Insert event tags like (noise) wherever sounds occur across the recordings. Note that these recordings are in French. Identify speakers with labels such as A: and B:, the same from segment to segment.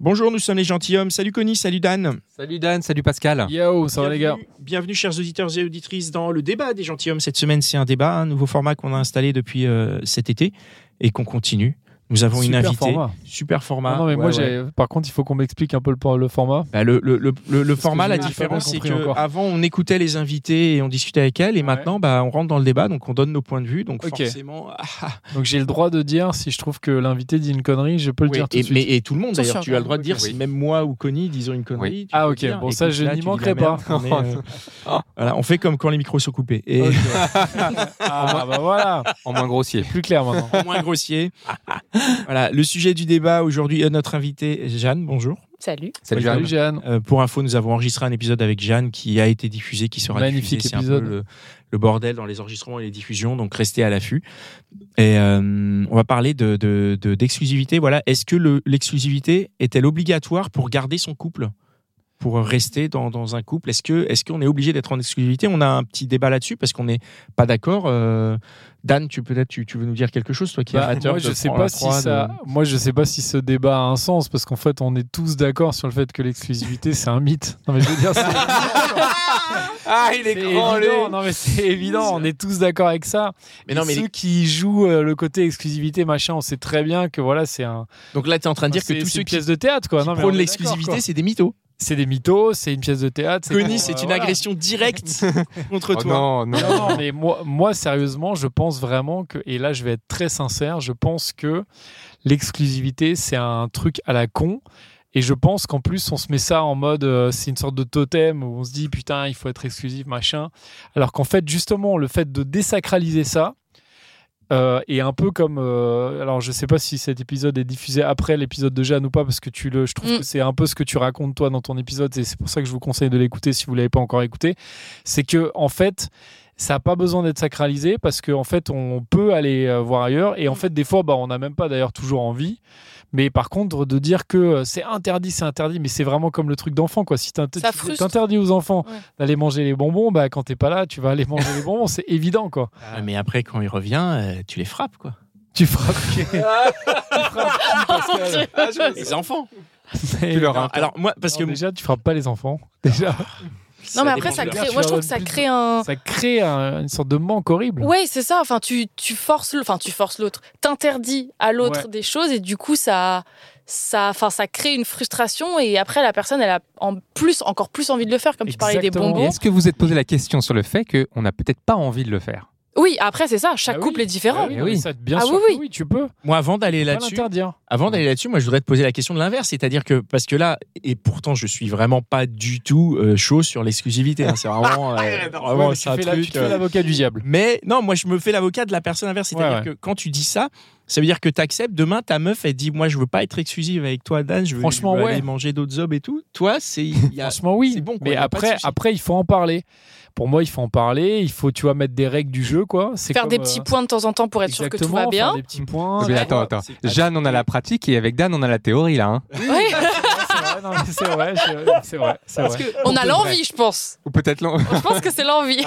A: Bonjour, nous sommes les gentilshommes. Salut Connie, salut Dan.
B: Salut Dan, salut
A: Ah.
B: Pascal.
C: Yo, ça va les gars
A: Bienvenue- Bienvenue, chers auditeurs et auditrices, dans le débat des gentilshommes. Cette semaine, c'est un débat, un nouveau format qu'on a installé depuis euh, cet été et qu'on continue. Nous avons une
C: Super
A: invitée.
C: format.
A: Super format.
C: Ah Non, non, mais
A: Ouais,
C: moi,
A: ouais.
C: j'ai- par contre, il faut qu'on m'explique un peu le, le format.
A: Bah, le, le- le- le- le
C: Parce que
A: format,
C: j'ai
A: la
C: pas bien
A: différence, c'est
C: compris
A: que
C: encore.
A: avant on écoutait les invités et on discutait avec elles, et
C: Ouais.
A: maintenant bah, on rentre dans le débat, donc on donne nos points de vue, donc
C: Ok.
A: forcément. ah, ah.
C: Donc j'ai le droit de dire si je trouve que l'invité dit une connerie, je peux le
A: Oui,
C: dire tout
A: et,
C: de
A: mais,
C: suite.
A: et tout le monde d'ailleurs, tu as le droit de dire
B: Oui.
A: si même moi ou Connie disons une connerie. tu
C: Ah,
A: peux
C: ok.
A: dire,
C: Bon, ça,
A: écoute,
C: je
A: là, tu
C: n'y
A: dis la
C: manquerai
A: merde,
C: pas.
A: on est,
C: (laughs)
A: euh, voilà, on fait comme quand les micros sont coupés. Et
C: Ok. (laughs) ah bah voilà,
B: En moins grossier.
C: plus clair maintenant.
A: moins grossier. voilà, le sujet du débat aujourd'hui est notre invitée Jeanne. Bonjour.
D: Salut.
B: Salut
A: Bonjour.
B: Jeanne.
C: Salut Jeanne.
A: Euh, pour info, nous avons enregistré un épisode avec Jeanne qui a été diffusé, qui sera
C: Magnifique
A: diffusé. C'est
C: épisode.
A: Un peu le, le bordel dans les enregistrements et les diffusions, donc restez à l'affût. Et euh, on va parler de, de- de- d'exclusivité. Voilà, est-ce que le- l'exclusivité est-elle obligatoire pour garder son couple, pour rester dans, dans un couple Est-ce que est-ce qu'on est obligé d'être en exclusivité On a un petit débat là-dessus parce qu'on n'est pas d'accord. Euh, Dan, tu peut-être tu, tu veux nous dire quelque chose, toi qui es
C: Bah,
A: amateur
C: moi,
A: de
C: je sais
A: Formule
C: pas si
A: 3, de-
C: ça. Moi, je sais pas si ce débat a un sens parce qu'en fait, on est tous d'accord sur le fait que l'exclusivité, c'est un mythe. Non mais je veux dire, c'est
A: (laughs)
B: Ah, il
C: c'est évident. Non mais c'est évident. On est tous d'accord avec ça.
A: Mais
C: Mais
A: non, mais
C: ceux
A: les-
C: qui jouent euh, le côté exclusivité, machin, on sait très bien que voilà, c'est un.
A: Donc là, tu es en train de dire que
C: c'est-
A: tous
C: c'est
A: ceux
C: une
A: qui,
C: pièce de théâtre quoi.
A: qui
C: Non, mais on
A: prônent
C: est
A: l'exclusivité,
C: d'accord, quoi.
A: c'est des mythos.
C: c'est des mythos, c'est une pièce de théâtre.
A: Connie,
C: pour,
A: c'est
C: euh,
A: une
C: voilà.
A: agression
C: (laughs)
A: directe contre
B: Oh
A: toi.
B: non, non.
C: Non, non, mais moi, moi, sérieusement, je pense vraiment que, et là, je vais être très sincère, je pense que l'exclusivité, c'est un truc à la con. Et je pense qu'en plus, on se met ça en mode, euh, c'est une sorte de totem où on se dit, putain, il faut être exclusif, machin. Alors qu'en fait, justement, le fait de désacraliser ça, euh, et un peu comme, euh, alors je sais pas si cet épisode est diffusé après l'épisode de Jeanne ou pas, parce que tu le, je trouve
D: Mm.
C: que c'est un peu ce que tu racontes toi dans ton épisode, et c'est pour ça que je vous conseille de l'écouter si vous l'avez pas encore écouté. C'est que en fait, ça n'a pas besoin d'être sacralisé parce qu'en fait, on peut aller euh, voir ailleurs.
D: Mm.
C: Et en fait, des fois, bah, on n'a même pas d'ailleurs toujours envie. Mais par contre, de dire que euh, c'est interdit, c'est interdit, mais c'est vraiment comme le truc d'enfant. quoi. Si t'int-
D: Ça
C: tu-
D: frustre.
C: t'interdis aux enfants
D: Ouais.
C: d'aller manger les bonbons, bah, quand t'es pas là, tu vas aller manger les bonbons. C'est évident. quoi.
A: Ah, Mais après, quand il revient, euh, tu les frappes, quoi.
C: Tu frappes.
D: (laughs)
C: qui Tu
D: Oh,
C: frappes qui, Pascal
A: Les enfants.
C: Mais-
B: leur
C: Non,
B: as-
A: Alors, moi, parce que.
C: non, déjà, tu frappes pas les enfants. Déjà,
D: non, mais après, ça
C: de
D: crée.
C: l'heure.
D: Moi, je trouve que ça crée un.
C: ça crée un- une sorte de manque horrible.
D: Oh. Ouais, c'est ça. Enfin, tu, tu forces l'autre. Enfin, tu forces l'autre. T'interdis à l'autre
C: Ouais.
D: des choses et du coup, ça. Ça, enfin, ça crée une frustration et après la personne elle a en plus encore plus envie de le faire comme tu parlais des
C: Exactement.
D: bonbons.
B: Et Est-ce que vous êtes posé la question sur le fait qu'on n'a peut-être pas envie de le faire
D: Oui après c'est ça chaque
C: Ah oui.
D: couple est différent.
C: Ah oui,
B: Eh
C: non, mais
B: oui.
C: ça, bien
D: Ah
C: sûr
D: oui,
C: que
D: oui.
C: oui, tu peux.
A: Moi, avant d'aller
C: Tu peux pas
A: là-dessus,
C: l'interdire.
A: avant d'aller là-dessus, moi, je voudrais te poser la question de l'inverse, c'est-à-dire que parce que là, et pourtant, je suis vraiment pas du tout euh, chaud sur l'exclusivité. hein. C'est
C: (laughs)
A: vraiment, euh,
C: Ouais,
A: vraiment
C: mais
A: c'est
C: tu
A: un
C: fais la- tu
A: truc.
C: te fais
A: euh,
C: l'avocat du diable.
A: Mais non, moi, je me fais l'avocat de la personne inverse. C'est-à-dire
C: Ouais,
A: que quand tu dis ça, ça veut dire que tu acceptes. Demain, ta meuf, elle dit, moi, je veux pas être exclusive avec toi, Dan. Je veux,
C: Franchement,
A: je veux
C: ouais.
A: aller manger d'autres hommes et tout. Toi, c'est. il y a-
C: Franchement, oui.
A: c'est bon, quoi, y
C: mais
A: a pas de
C: après,
A: souci.
C: après, il faut en parler. Pour moi, il faut en parler. Il faut, tu vois, mettre des règles du jeu, quoi. C'est
D: Faire
C: comme,
D: des
C: euh,
D: petits points de temps en temps pour être sûr que tout
C: exactement,
D: va bien.
C: Faire des petits points.
B: Mais Eh Attends, attends. Jeanne, on a la pratique et avec Dan, on a la théorie là. hein.
D: Oui,
C: C'est vrai, non, mais c'est vrai, je- c'est vrai, c'est vrai. Ah,
D: on a l'envie je pense. (laughs)
B: Ou peut-être l'en-
D: Je pense que c'est l'envie.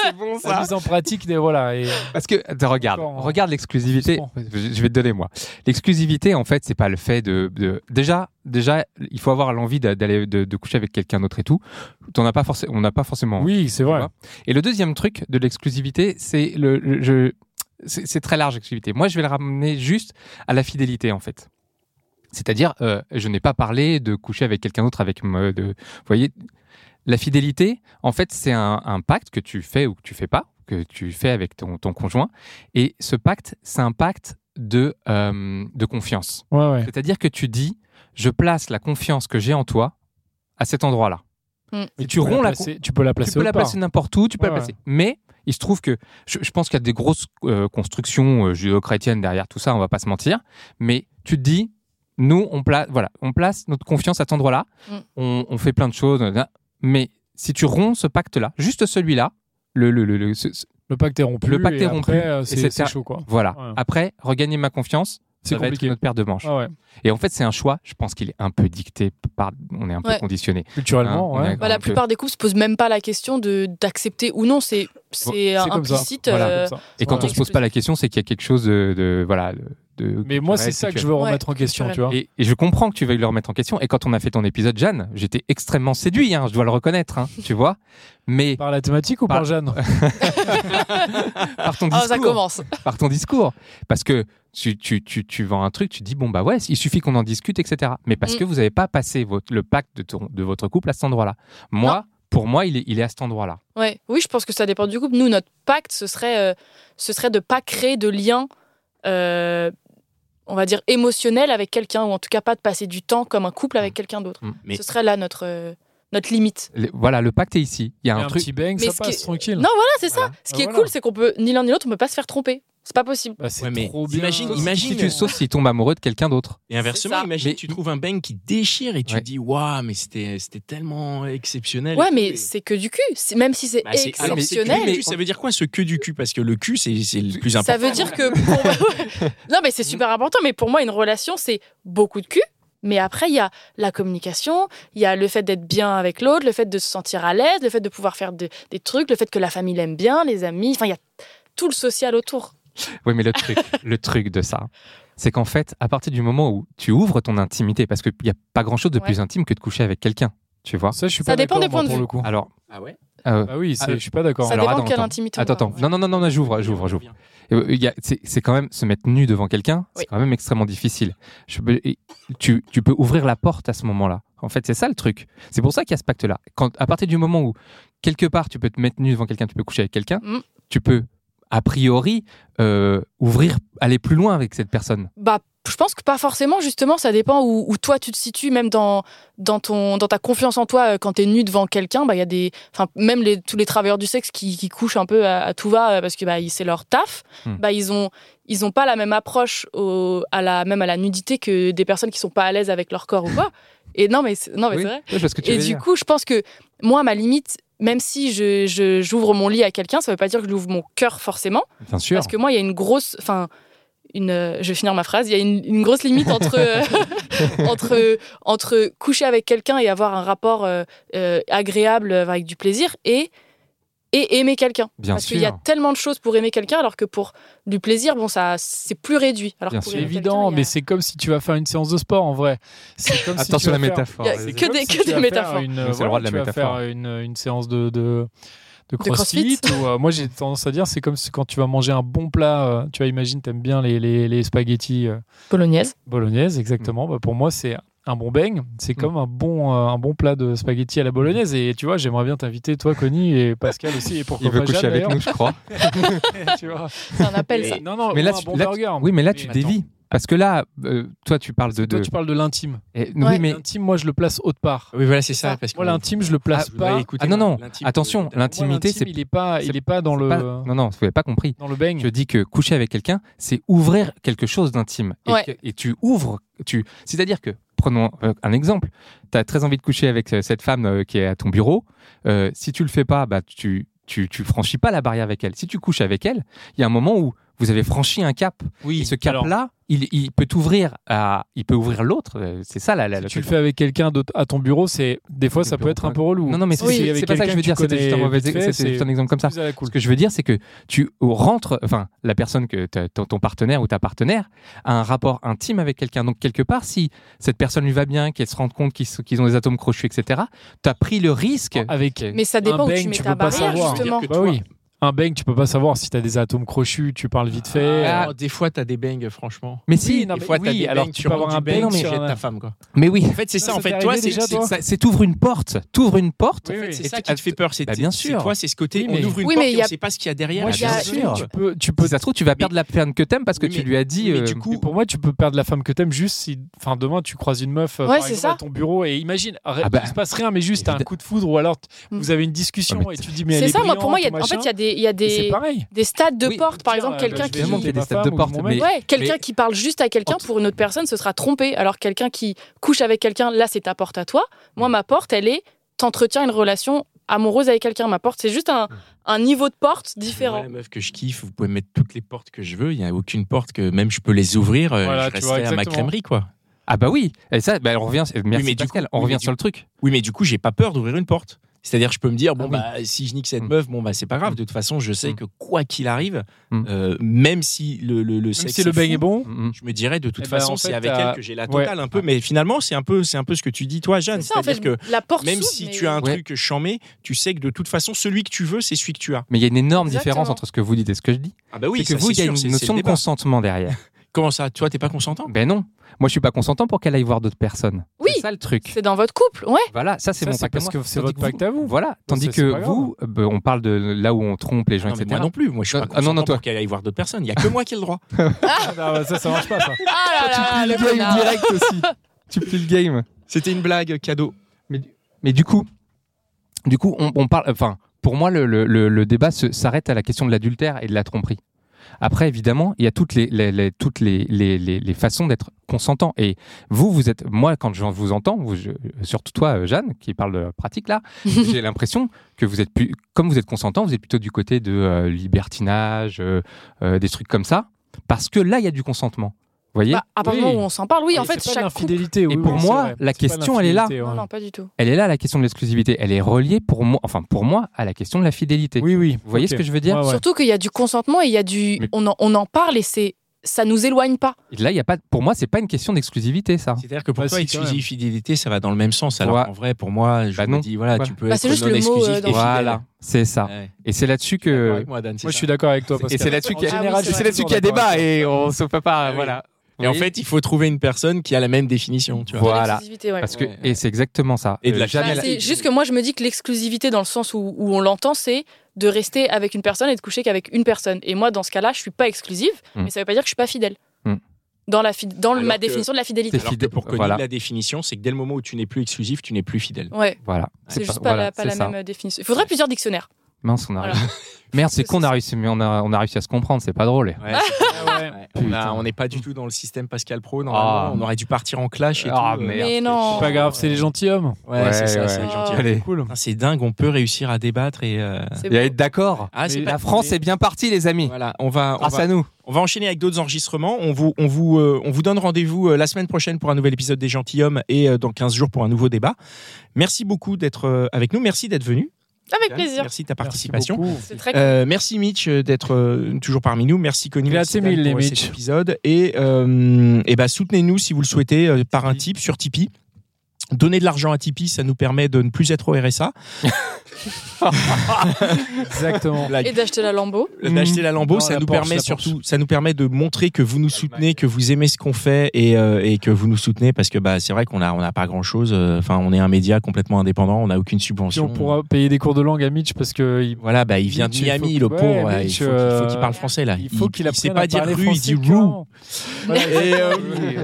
B: c'est bon
C: La mise en pratique, des, voilà. Et,
B: (laughs) Parce que attends, regarde,
C: Encore en-
B: regarde l'exclusivité.
C: en suspens.
B: Je je vais te donner moi. L'exclusivité, en fait, c'est pas le fait de, de- déjà, déjà, il faut avoir l'envie d'a- d'aller de, de coucher avec quelqu'un d'autre et tout. T'en as pas forcément, on n'a pas forcément.
C: oui, c'est
B: Tu
C: vrai.
B: vois Et le deuxième truc de l'exclusivité, c'est le, le- je, c'est c'est très large l'exclusivité. Moi, je vais le ramener juste à la fidélité, en fait. C'est-à-dire, euh, je n'ai pas parlé de coucher avec quelqu'un d'autre, avec me, de, vous voyez, la fidélité, en fait, c'est un, un pacte que tu fais ou que tu fais pas, que tu fais avec ton, ton conjoint, et ce pacte, c'est un pacte de, euh, de confiance.
C: Ouais, ouais.
B: C'est-à-dire que tu dis, je place la confiance que j'ai en toi à cet endroit-là.
D: Mm.
B: Et tu, romps la, con-
C: placer- tu peux la placer.
B: tu peux la
C: autre part.
B: placer n'importe où, tu peux
C: Ouais,
B: la placer. Mais Il se trouve que je, je pense qu'il y a des grosses euh, constructions euh, judéo-chrétiennes derrière tout ça, on va pas se mentir. Mais tu te dis, nous, on place, voilà, on place notre confiance à cet endroit-là.
D: Mm.
B: On, on fait plein de choses. nan, nan. Mais si tu romps ce pacte-là, juste celui-là, le, le, le, le- ce- ce-
C: Le pacte est rompu.
B: Le pacte
C: et
B: est rompu,
C: après, euh,
B: et
C: C'est
B: c'est
C: c'est
B: ça.
C: chaud, quoi.
B: voilà.
C: Ouais.
B: Après, regagner ma confiance,
C: C'est
B: ça va être
C: compliqué.
B: notre paire de manches.
C: Ah ouais.
B: Et en fait, c'est un choix. Je pense qu'il est un peu dicté par. On est un peu
D: Ouais.
B: conditionné.
C: Culturellement,
B: Hein, on est
C: ouais.
B: d'accord.
D: Bah, la
B: un peu.
D: plupart des couples se posent même pas la question de d'accepter ou non. C'est c'est
C: C'est comme ça.
D: implicite.
C: Voilà,
D: euh,
C: comme ça.
B: Et quand
C: Voilà.
B: on se pose pas la question, c'est qu'il y a quelque chose de, de- voilà. de- de-
C: Mais moi,
B: culturel,
C: c'est ça que je
B: sexuel.
C: veux
D: Ouais,
C: remettre en question, tu vois.
B: Et, et je comprends que tu veuilles le remettre en question. Et quand on a fait ton épisode, Jeanne, j'étais extrêmement séduit, hein, je dois le reconnaître, hein, tu vois. Mais
C: Par la thématique ou
B: Par-
C: par Jeanne
B: par ton
D: (laughs) Ah, ça
B: discours,
D: commence.
B: par ton discours, parce que tu, tu, tu, tu vends un truc, tu dis bon bah ouais, il suffit qu'on en discute, etc. Mais parce
D: Mm.
B: que vous n'avez pas passé votre- le pacte de, ton- de votre couple à cet endroit-là. Moi, pour moi, il est, il est à cet endroit-là.
D: Ouais. Oui, je pense que ça dépend du couple. Nous, notre pacte, ce serait, euh, ce serait de pas créer de lien, euh, on va dire, émotionnel avec quelqu'un, ou en tout cas pas de passer du temps comme un couple avec quelqu'un d'autre.
A: Mais
D: Ce serait là notre, euh, notre limite.
B: Le- Voilà, le pacte est ici. Il y a un
C: Un
B: truc.
C: petit bang,
D: Mais
C: ça
D: ce qui
C: passe
D: est-
C: tranquille.
D: Non, voilà, c'est
B: Voilà.
D: ça. Ce qui
C: Ah,
D: est
C: voilà.
D: cool, c'est qu'on peut, ni l'un ni l'autre, on peut pas se faire tromper. C'est pas possible.
C: Bah, c'est
A: Ouais, mais
C: trop bien.
A: imagine-
C: Sauf-
A: imagine-
B: Si tu, sauf s'il tombe amoureux de quelqu'un d'autre.
A: Et inversement,
D: C'est ça.
A: imagine
B: Mais-
A: tu trouves un bang qui déchire et tu
B: Ouais.
A: te dis waouh, mais c'était c'était tellement exceptionnel.
D: Ouais,
A: et tout.
D: mais
A: Et-
D: c'est que du cul. C'est- Même si c'est
A: Bah, c'est- alors, c'est que du
D: exceptionnel.
A: cul, mais ça veut dire quoi ce que du cul Parce que le cul, c'est c'est le plus important.
D: Ça veut dire que.
B: (laughs)
D: pour- non, mais c'est super important. Mais pour moi, une relation, c'est beaucoup de cul. Mais après, il y a la communication, il y a le fait d'être bien avec l'autre, le fait de se sentir à l'aise, le fait de pouvoir faire de- des trucs, le fait que la famille l'aime bien, les amis. Enfin, il y a tout le social autour.
B: Oui, mais le truc,
D: (laughs)
B: le truc de ça, c'est qu'en fait, à partir du moment où tu ouvres ton intimité, parce qu'il n'y a pas grand-chose de
D: Ouais.
B: plus intime que de coucher avec quelqu'un, tu vois.
C: Ça, je suis
D: Ça
C: pas
D: dépend
C: d'accord,
D: des points de
C: moi, pour
D: vue.
C: le coup.
B: Alors,
A: Ah ouais
B: euh,
C: Ah oui, c'est-
B: Ah,
C: je suis pas d'accord.
D: Ça
B: Alors,
D: dépend
B: attends,
D: de quelle
B: attends.
D: intimité. on
B: attends,
D: a.
B: attends.
D: Ouais.
B: Non, non, non, non, non, j'ouvre, j'ouvre, j'ouvre. Euh, il y a- C'est c'est quand même se mettre nu devant quelqu'un, c'est
D: Oui.
B: quand même extrêmement difficile. Je peux- et tu, tu peux ouvrir la porte à ce moment-là. En fait, c'est ça le truc. C'est pour ça qu'il y a ce pacte-là. Quand à partir du moment où quelque part tu peux te mettre nu devant quelqu'un, tu peux coucher avec quelqu'un,
D: Mm.
B: tu peux a priori euh, ouvrir, aller plus loin avec cette personne.
D: Bah, je pense que pas forcément, justement, ça dépend où, où toi tu te situes, même dans, dans, ton, dans ta confiance en toi, euh, quand t'es nu devant quelqu'un, bah, il y a des. Enfin, même les, tous les travailleurs du sexe qui, qui couchent un peu à, à tout va euh, parce que bah, ils- c'est leur taf,
B: Hmm.
D: bah, ils ont, ils ont pas la même approche au- à la, même à la nudité que des personnes qui sont pas à l'aise avec leur corps ou quoi. Et non, mais c'est non, mais
B: Oui,
D: c'est vrai.
B: je vois ce que tu
D: Et
B: veux
D: du
B: dire.
D: coup, je pense que moi, ma limite, même si je- je- j'ouvre mon lit à quelqu'un, ça veut pas dire que j'ouvre mon cœur forcément.
B: Bien sûr.
D: Parce que moi, il y a une grosse. Enfin, une, euh, je vais finir ma phrase. Il y a une, une grosse limite entre, euh, (laughs) entre, entre coucher avec quelqu'un et avoir un rapport euh, euh, agréable euh, avec du plaisir et, et aimer quelqu'un.
B: Bien
D: Parce
B: sûr.
D: qu'il y a tellement de choses pour aimer quelqu'un, alors que pour du plaisir, bon, ça c'est plus réduit. Alors
B: Bien
D: que pour
B: sûr.
C: C'est
D: aimer
C: évident,
D: quelqu'un, il y a-
C: mais c'est comme si tu vas faire une séance de sport en vrai. C'est
B: (laughs)
C: comme si tu
B: Attention
C: vas
B: à la
C: faire-
B: métaphore.
D: Il y a
B: vas-y.
D: que des-
C: Comme si tu vas faire
D: métaphores.
C: Une,
B: Donc, c'est le
C: voilà,
B: droit de la
C: tu vas
B: métaphore.
C: faire une, une séance de, de, de
D: crossfit.
C: crossfit. ou, euh, moi, j'ai tendance à dire, c'est comme si quand tu vas manger un bon plat, euh, tu vois, imagine, t'aimes bien les, les, les spaghettis euh,
D: Bolognaise.
C: bolognaise, exactement.
B: Mm.
C: Bah, pour moi, c'est un bon beigne. C'est comme un bon, euh, un bon plat de spaghettis à la bolognaise. Et tu vois, j'aimerais bien t'inviter, toi, Connie, et Pascal aussi. Et pourquoi
B: Il veut
C: pas
B: coucher
C: Jeanne,
B: avec
C: d'ailleurs.
B: nous, je
D: (laughs)
B: crois.
C: (laughs) tu vois.
D: C'est un appel, ça.
C: Non, non,
B: Mais
C: mais
B: là,
C: là, un
B: tu-
C: bon
B: là, tu-
C: burger.
D: hein.
B: Oui, mais là, tu
C: attends.
B: dévis. Parce que là, euh, toi, tu parles de.
C: Toi,
B: de...
C: tu parles de l'intime.
B: Eh,
D: Ouais.
B: Oui, mais
C: L'intime, moi, je le place haute part.
A: Oui, voilà, c'est
D: ça,
A: ça.
D: ça.
A: Parce euh,
C: Moi, l'intime, je le place pas.
B: Ah non, non, attention, l'intimité,
C: Moi, l'intime,
B: c'est
C: il est pas, il est pas dans
B: c'est
C: le,
B: pas- Non, non, vous n'avez pas compris.
C: dans le beigne.
B: Je dis que coucher avec quelqu'un, c'est ouvrir quelque chose d'intime. Et,
D: Ouais.
B: que- et tu ouvres. Tu... C'est-à-dire que, prenons euh, un exemple, tu as très envie de coucher avec euh, cette femme euh, qui est à ton bureau. Euh, si tu le fais pas, bah, tu, tu, tu franchis pas la barrière avec elle. Si tu couches avec elle, il y a un moment où vous avez franchi un cap.
C: Oui,
B: Et ce cap-là, il, il peut t'ouvrir à. Il peut ouvrir l'autre. Euh, C'est ça, la. la,
C: Si
B: la-
C: tu le fais avec quelqu'un d'autre à ton bureau, c'est des fois ça peut
B: bureau,
C: être un
B: ouais.
C: peu relou.
B: Non, non, mais c'est
D: Oui,
B: c'est-
C: avec
B: c'est pas ça que je veux
C: quelqu'un
B: dire.
C: que
B: C'était
C: tu
B: juste un
C: connais
B: mauvais
C: vite fait,
B: ex- c'est juste un exemple comme ça.
C: Plus à la cool.
B: Ce que je veux dire, c'est que tu rentres, enfin, la personne que t'as- ton, ton partenaire ou ta partenaire a un rapport intime avec quelqu'un. Donc, quelque part, si cette personne lui va bien, qu'elle se rende compte qu'ils sont- qu'ils ont des atomes crochus, etc., tu as pris le risque.
C: Avec
D: Mais ça dépend où tu
C: beigne,
D: mets
C: tu
D: ta
C: peux pas
D: barrière,
C: savoir.
D: justement.
C: Bah oui. Un bang, tu peux pas savoir si t'as des atomes crochus, tu parles vite fait.
B: Ah,
A: des fois, t'as des bangs, franchement.
B: Mais si,
C: oui, non,
A: des
C: mais
A: fois, t'as
C: oui,
A: des
C: alors
A: bangs,
C: tu peux
A: rends
C: avoir un
A: du bang,
C: bang
A: tu
C: sur
A: jettes
C: un-
A: ta femme, quoi.
B: mais oui,
A: En fait, c'est ça.
C: Ça,
A: En
C: ça
A: fait,
C: t'est
A: toi,
C: arrivé
A: c'est
C: déjà, toi
A: c'est-
B: ça- c'est t'ouvres une porte. T'ouvres une porte.
C: Oui,
A: en fait,
C: oui.
A: c'est
C: Et
A: ça
C: tu-
A: qui te fait peur. C'est
B: Bah, bien sûr.
A: C'est toi, c'est ce côté.
C: Oui,
A: On
C: mais-
A: ouvre une
D: Oui,
A: porte
D: mais
A: et
D: il y
A: on
D: a-
A: sait pas ce qu'il y a derrière.
C: Moi,
A: Ah,
C: je
D: il y a-
A: bien
C: suis
A: sûr.
C: sûr, tu peux, tu peux
B: Si ça se trouve, tu vas perdre la personne que t'aimes parce que
A: Oui,
B: tu
A: mais-
B: lui as dit.
A: Oui, mais
B: euh,
A: du coup,
C: Pour moi, tu peux perdre la femme que t'aimes juste si, enfin, demain, tu croises une meuf euh,
D: Ouais,
C: par
D: c'est
C: exemple,
D: ça.
C: à ton bureau et imagine, arrête,
B: Ah bah,
C: il se passe rien, mais juste t'as un
B: évidemment.
C: coup de foudre ou alors t-
D: Mm.
C: vous avez une discussion
B: Ouais, mais
C: et tu te dis mais elle
D: C'est
C: est
D: ça, moi, pour moi, il y a,
C: brillante ou
D: en fait, il y a des, des, il y a
C: Et C'est
D: des,
C: pareil.
D: des stades de
B: Oui,
D: porte, par
C: tiens,
D: exemple,
C: euh,
D: quelqu'un
C: je vais
D: qui.
C: jeter
B: Évidemment qu'il y a des
C: ma
B: stades de
C: femme ou
B: porte,
C: mon
B: mais-
C: mec.
D: Ouais, quelqu'un
B: Mais-
D: qui parle juste à quelqu'un
B: En tout-
D: pour une autre personne se sera trompé. Alors quelqu'un qui couche avec quelqu'un, là c'est ta porte à toi. Moi ma porte, elle est t'entretiens une relation amoureuse avec quelqu'un. Ma porte, c'est juste un, un niveau de porte différent.
A: Moi, la meuf que je kiffe, vous pouvez mettre toutes les portes que je veux. Il n'y a aucune porte que même je peux les ouvrir. euh,
C: Voilà,
A: je
C: tu vois,
A: resterai à ma
C: exactement.
A: crèmerie, quoi.
B: Ah bah oui. Et ça, bah, on revient. Merci
A: mais du
B: Pascal.
A: coup-
B: on
A: oui,
B: revient
A: mais du
B: sur le truc.
A: Oui, mais du coup, j'ai pas peur d'ouvrir une porte. C'est-à-dire, je peux me dire, bon,
B: oui.
A: bah, si je nique cette
B: Mm.
A: meuf, bon, bah, c'est pas grave.
B: Mm.
A: De toute façon, je sais
B: Mm.
A: que quoi qu'il arrive,
B: Mm.
A: euh, même si le, le, le
C: Même
A: sexe
C: si le
A: est
C: bang
A: fou,
C: est bon,
B: Mhm.
A: je me dirais de toute
C: Eh ben,
A: façon,
C: en
A: c'est
C: fait,
A: avec
C: euh,
A: elle que j'ai la totale un peu. Mais finalement, c'est un peu, c'est un peu ce que tu dis, toi, Jeanne.
D: C'est ça en fait,
A: C'est-à-dire que
D: la porte
A: même
D: s'ouvre,
A: si
D: mais-
A: tu as un
B: Ouais.
A: truc chamé, tu sais que de toute façon, celui que tu veux, c'est celui que tu as.
B: Mais il y a une énorme
D: Exactement.
B: différence entre ce que vous dites et ce que je dis.
A: Ah bah
B: c'est que vous, il y a une notion de
C: (laughs)
B: consentement derrière.
A: Comment ça Toi, t'es pas consentant
B: ben non. Moi, je suis pas consentant pour qu'elle aille voir d'autres personnes.
D: Oui.
B: C'est ça le truc.
D: C'est dans votre couple, ouais.
B: Voilà, ça c'est
C: Ça,
B: mon
C: c'est
B: pacte à
C: parce
B: moi.
C: que c'est
B: Tandis
C: votre
B: vous-
C: pacte à vous.
B: Voilà, tandis
C: c'est- c'est pas
B: que
C: grave.
B: vous, euh, ben, on parle de là où on trompe les gens,
A: Non, mais
B: etc.
A: moi non plus. Moi, je suis
B: Ah,
A: pas
B: ah, non, non,
A: consentant
B: toi.
A: pour qu'elle aille voir d'autres personnes. Il y a que moi qui ai le droit.
C: Ah, bah, ça, ça marche pas, ça.
D: Ah là là,
B: tu
D: le
B: plies le game
D: connard.
B: direct aussi. (laughs) tu plies le game.
A: C'était une blague, cadeau.
B: Mais du coup, du coup, on, on parle. Enfin, pour moi, le, le- le- le débat se- s'arrête à la question de l'adultère et de la tromperie. Après, évidemment, il y a toutes les, les- les- toutes les, les- les- les façons d'être consentant. Et vous, vous êtes. Moi, quand je vous entends, vous- je- surtout toi, euh, Jeanne, qui parle de pratique
D: (laughs)
B: là, j'ai l'impression que vous êtes plus. Comme vous êtes consentant, vous êtes plutôt du côté de euh, libertinage, euh, euh, des trucs comme ça. Parce que là, il y a du consentement. Vous voyez
D: Bah, à partir du
C: Oui.
D: moment où on s'en parle, oui, en
C: Et
D: fait,
C: c'est pas
D: chaque couple...
C: l'infidélité. oui,
B: Et
C: oui,
B: pour
C: c'est
B: moi,
C: vrai.
B: la
C: C'est pas
B: question, elle est là.
C: l'infidélité, ouais.
D: Non, non, pas du tout.
B: Elle est là, la question de l'exclusivité. Elle est reliée pour moi, enfin pour moi, à la question de la fidélité.
C: Oui, oui.
B: Vous voyez ce que je veux dire
D: Surtout qu'il y a du consentement et il y a du...
B: Mais-
D: On, en, on en parle et c'est... Ça nous éloigne pas.
B: Et Là, il y a pas, pour moi, c'est pas une question d'exclusivité, ça.
A: C'est-à-dire que pour
C: Bah,
A: toi,
C: si, quand
A: exclusive fidélité, ça va dans le même sens. Alors
B: Ouais.
A: en vrai, pour moi, je
B: Bah
A: me
B: non.
A: dis, voilà,
B: Ouais.
A: tu peux
D: Bah,
A: être
D: c'est juste
A: non
D: le mot, euh,
A: exclusif et
D: dans-
A: fidèle.
B: Voilà, c'est ça.
A: Ouais.
B: Et c'est là-dessus
A: D'accord
B: que,
A: avec moi, Dan, c'est
C: Moi, je
A: ça.
C: suis d'accord avec toi.
B: et
C: Pascal.
B: c'est là-dessus
C: En
B: qu'il y a,
D: Ah oui,
C: général,
D: c'est
C: je suis
D: vrai.
C: toujours d'accord avec toi.
B: et on se fait pas,
A: Ah oui.
B: voilà.
A: Et en
B: Oui.
A: fait, il faut trouver une personne qui a la même définition, tu vois.
B: Voilà.
D: L'exclusivité, ouais.
B: parce que
A: Ouais, ouais.
B: et c'est exactement ça. Euh,
A: Et de Euh, la
D: Bah,
B: jamais
A: fidélité.
D: c'est juste que moi, je me dis que l'exclusivité, dans le sens où, où on l'entend, c'est de rester avec une personne et de coucher qu'avec une personne. Et moi, dans ce cas-là, je suis pas exclusive,
B: Hmm.
D: mais ça veut pas dire que je suis pas fidèle.
B: Hmm.
D: Dans, la fi- dans le-
A: Alors
D: ma
A: que-
D: définition de la fidélité.
B: C'est
A: Alors que
B: fidèle.
A: pour connaître
B: Voilà.
A: la définition, c'est que dès le moment où tu n'es plus exclusif, tu n'es plus fidèle.
D: Ouais,
B: voilà.
D: Ah, c'est juste pas,
B: voilà,
D: la, pas
B: c'est
D: la
B: ça.
D: même euh, définition. Il faudrait plusieurs dictionnaires.
B: Mince, on a.
D: Voilà.
B: (laughs) Merde, c'est
D: que
B: qu'on
D: c'est
B: a réussi, mais on a, on a réussi à se comprendre. C'est pas drôle.
A: Ouais,
C: Ah Ouais, ouais.
A: On
B: Putain.
A: a- on n'est pas du tout dans le système Pascal Pro. Normalement,
B: Ah.
A: on aurait dû partir en clash et
B: Ah,
A: tout. euh.
B: merde.
D: Mais
B: c'est-
D: non.
C: C'est pas grave, c'est les gentilshommes.
A: Ouais,
B: Ouais,
A: c'est ça,
B: ouais.
A: c'est gentil.
D: Oh.
B: Allez.
C: Cool.
A: Putain, C'est dingue, on peut réussir à débattre et. euh,
D: C'est
B: Et à
D: beau.
B: être d'accord.
A: Ah, c'est
C: Mais-
A: pas-
B: La France est bien partie, les amis.
A: Voilà, on va, on
B: Grâce
A: va,
B: à nous.
A: on va enchaîner avec d'autres enregistrements. On vous, on vous, euh, on vous donne rendez-vous euh, la semaine prochaine pour un nouvel épisode des Gentilhommes et euh, dans 15 jours pour un nouveau débat. Merci beaucoup d'être euh, avec nous. Merci d'être venu.
D: Avec
A: Yann.
D: plaisir.
A: Merci de ta
C: Merci
A: participation.
C: beaucoup.
D: C'est très
A: Euh, merci Mitch euh, d'être euh, toujours parmi nous. Merci Conny merci
C: Grazie
A: Dan,
C: mille,
A: pour
C: les
A: euh,
C: Mitch.
A: cet épisode et, euh, et bah, soutenez-nous si vous le souhaitez euh, par un tip sur Tipeee. Donner de l'argent à Tipeee, ça nous permet de ne plus être au RSA,
C: Exactement.
A: Blague.
D: Et d'acheter la lambeau.
A: d'acheter la Lambo,
C: Non,
A: Mmh. ça
C: la
A: nous
C: Porsche,
A: permet
C: la
A: surtout, ça nous permet de montrer que vous nous soutenez, que vous aimez ce qu'on fait et, euh, et que vous nous soutenez parce que bah c'est vrai qu'on a on n'a pas grand chose. Enfin, on est un média complètement indépendant, on n'a aucune
C: Puis
A: subvention.
C: on pourra payer des cours de langue à Mitch parce que il-
A: Voilà, bah il vient de
C: Mitch, il faut
A: Miami,
C: que-
A: le
C: ouais,
A: pauvre. ouais,
C: Mitch,
A: il faut qu'il- faut qu'il
C: euh,
A: parle français là.
C: il faut qu'il
A: sait
C: apprenne
A: pas
C: à
A: dire
C: parler
A: rue, il
C: français,
A: dit roux.
C: clairement. Voilà.
A: Et, euh,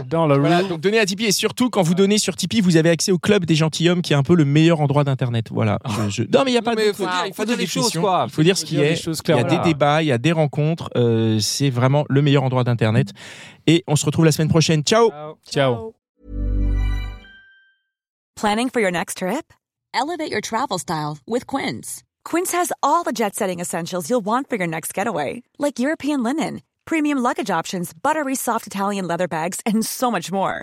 C: Dans la
A: Voilà,
C: rue.
A: donc donnez à Tipeee et surtout quand vous donnez sur Tipeee, vous avez accès au club des gentilshommes qui est un peu le meilleur endroit d'internet. Voilà. Je- je- Non mais il y a pas
B: Non, mais
A: de
B: faut
D: dire- il
B: faut dire les
A: définition.
B: choses, quoi.
A: Il faut dire ce qui
C: Dire les
A: est.
C: choses
A: Il y a
C: clairement.
A: des débats, il y a des rencontres. euh, c'est vraiment le meilleur endroit d'internet. Et on se retrouve la semaine prochaine. Ciao.
C: Ciao.
E: Planning for your next trip? Elevate your travel style with Quince. Quince has all the jet setting essentials you'll want for your next getaway, like European linen, premium luggage options, buttery soft Italian leather bags, and so much more.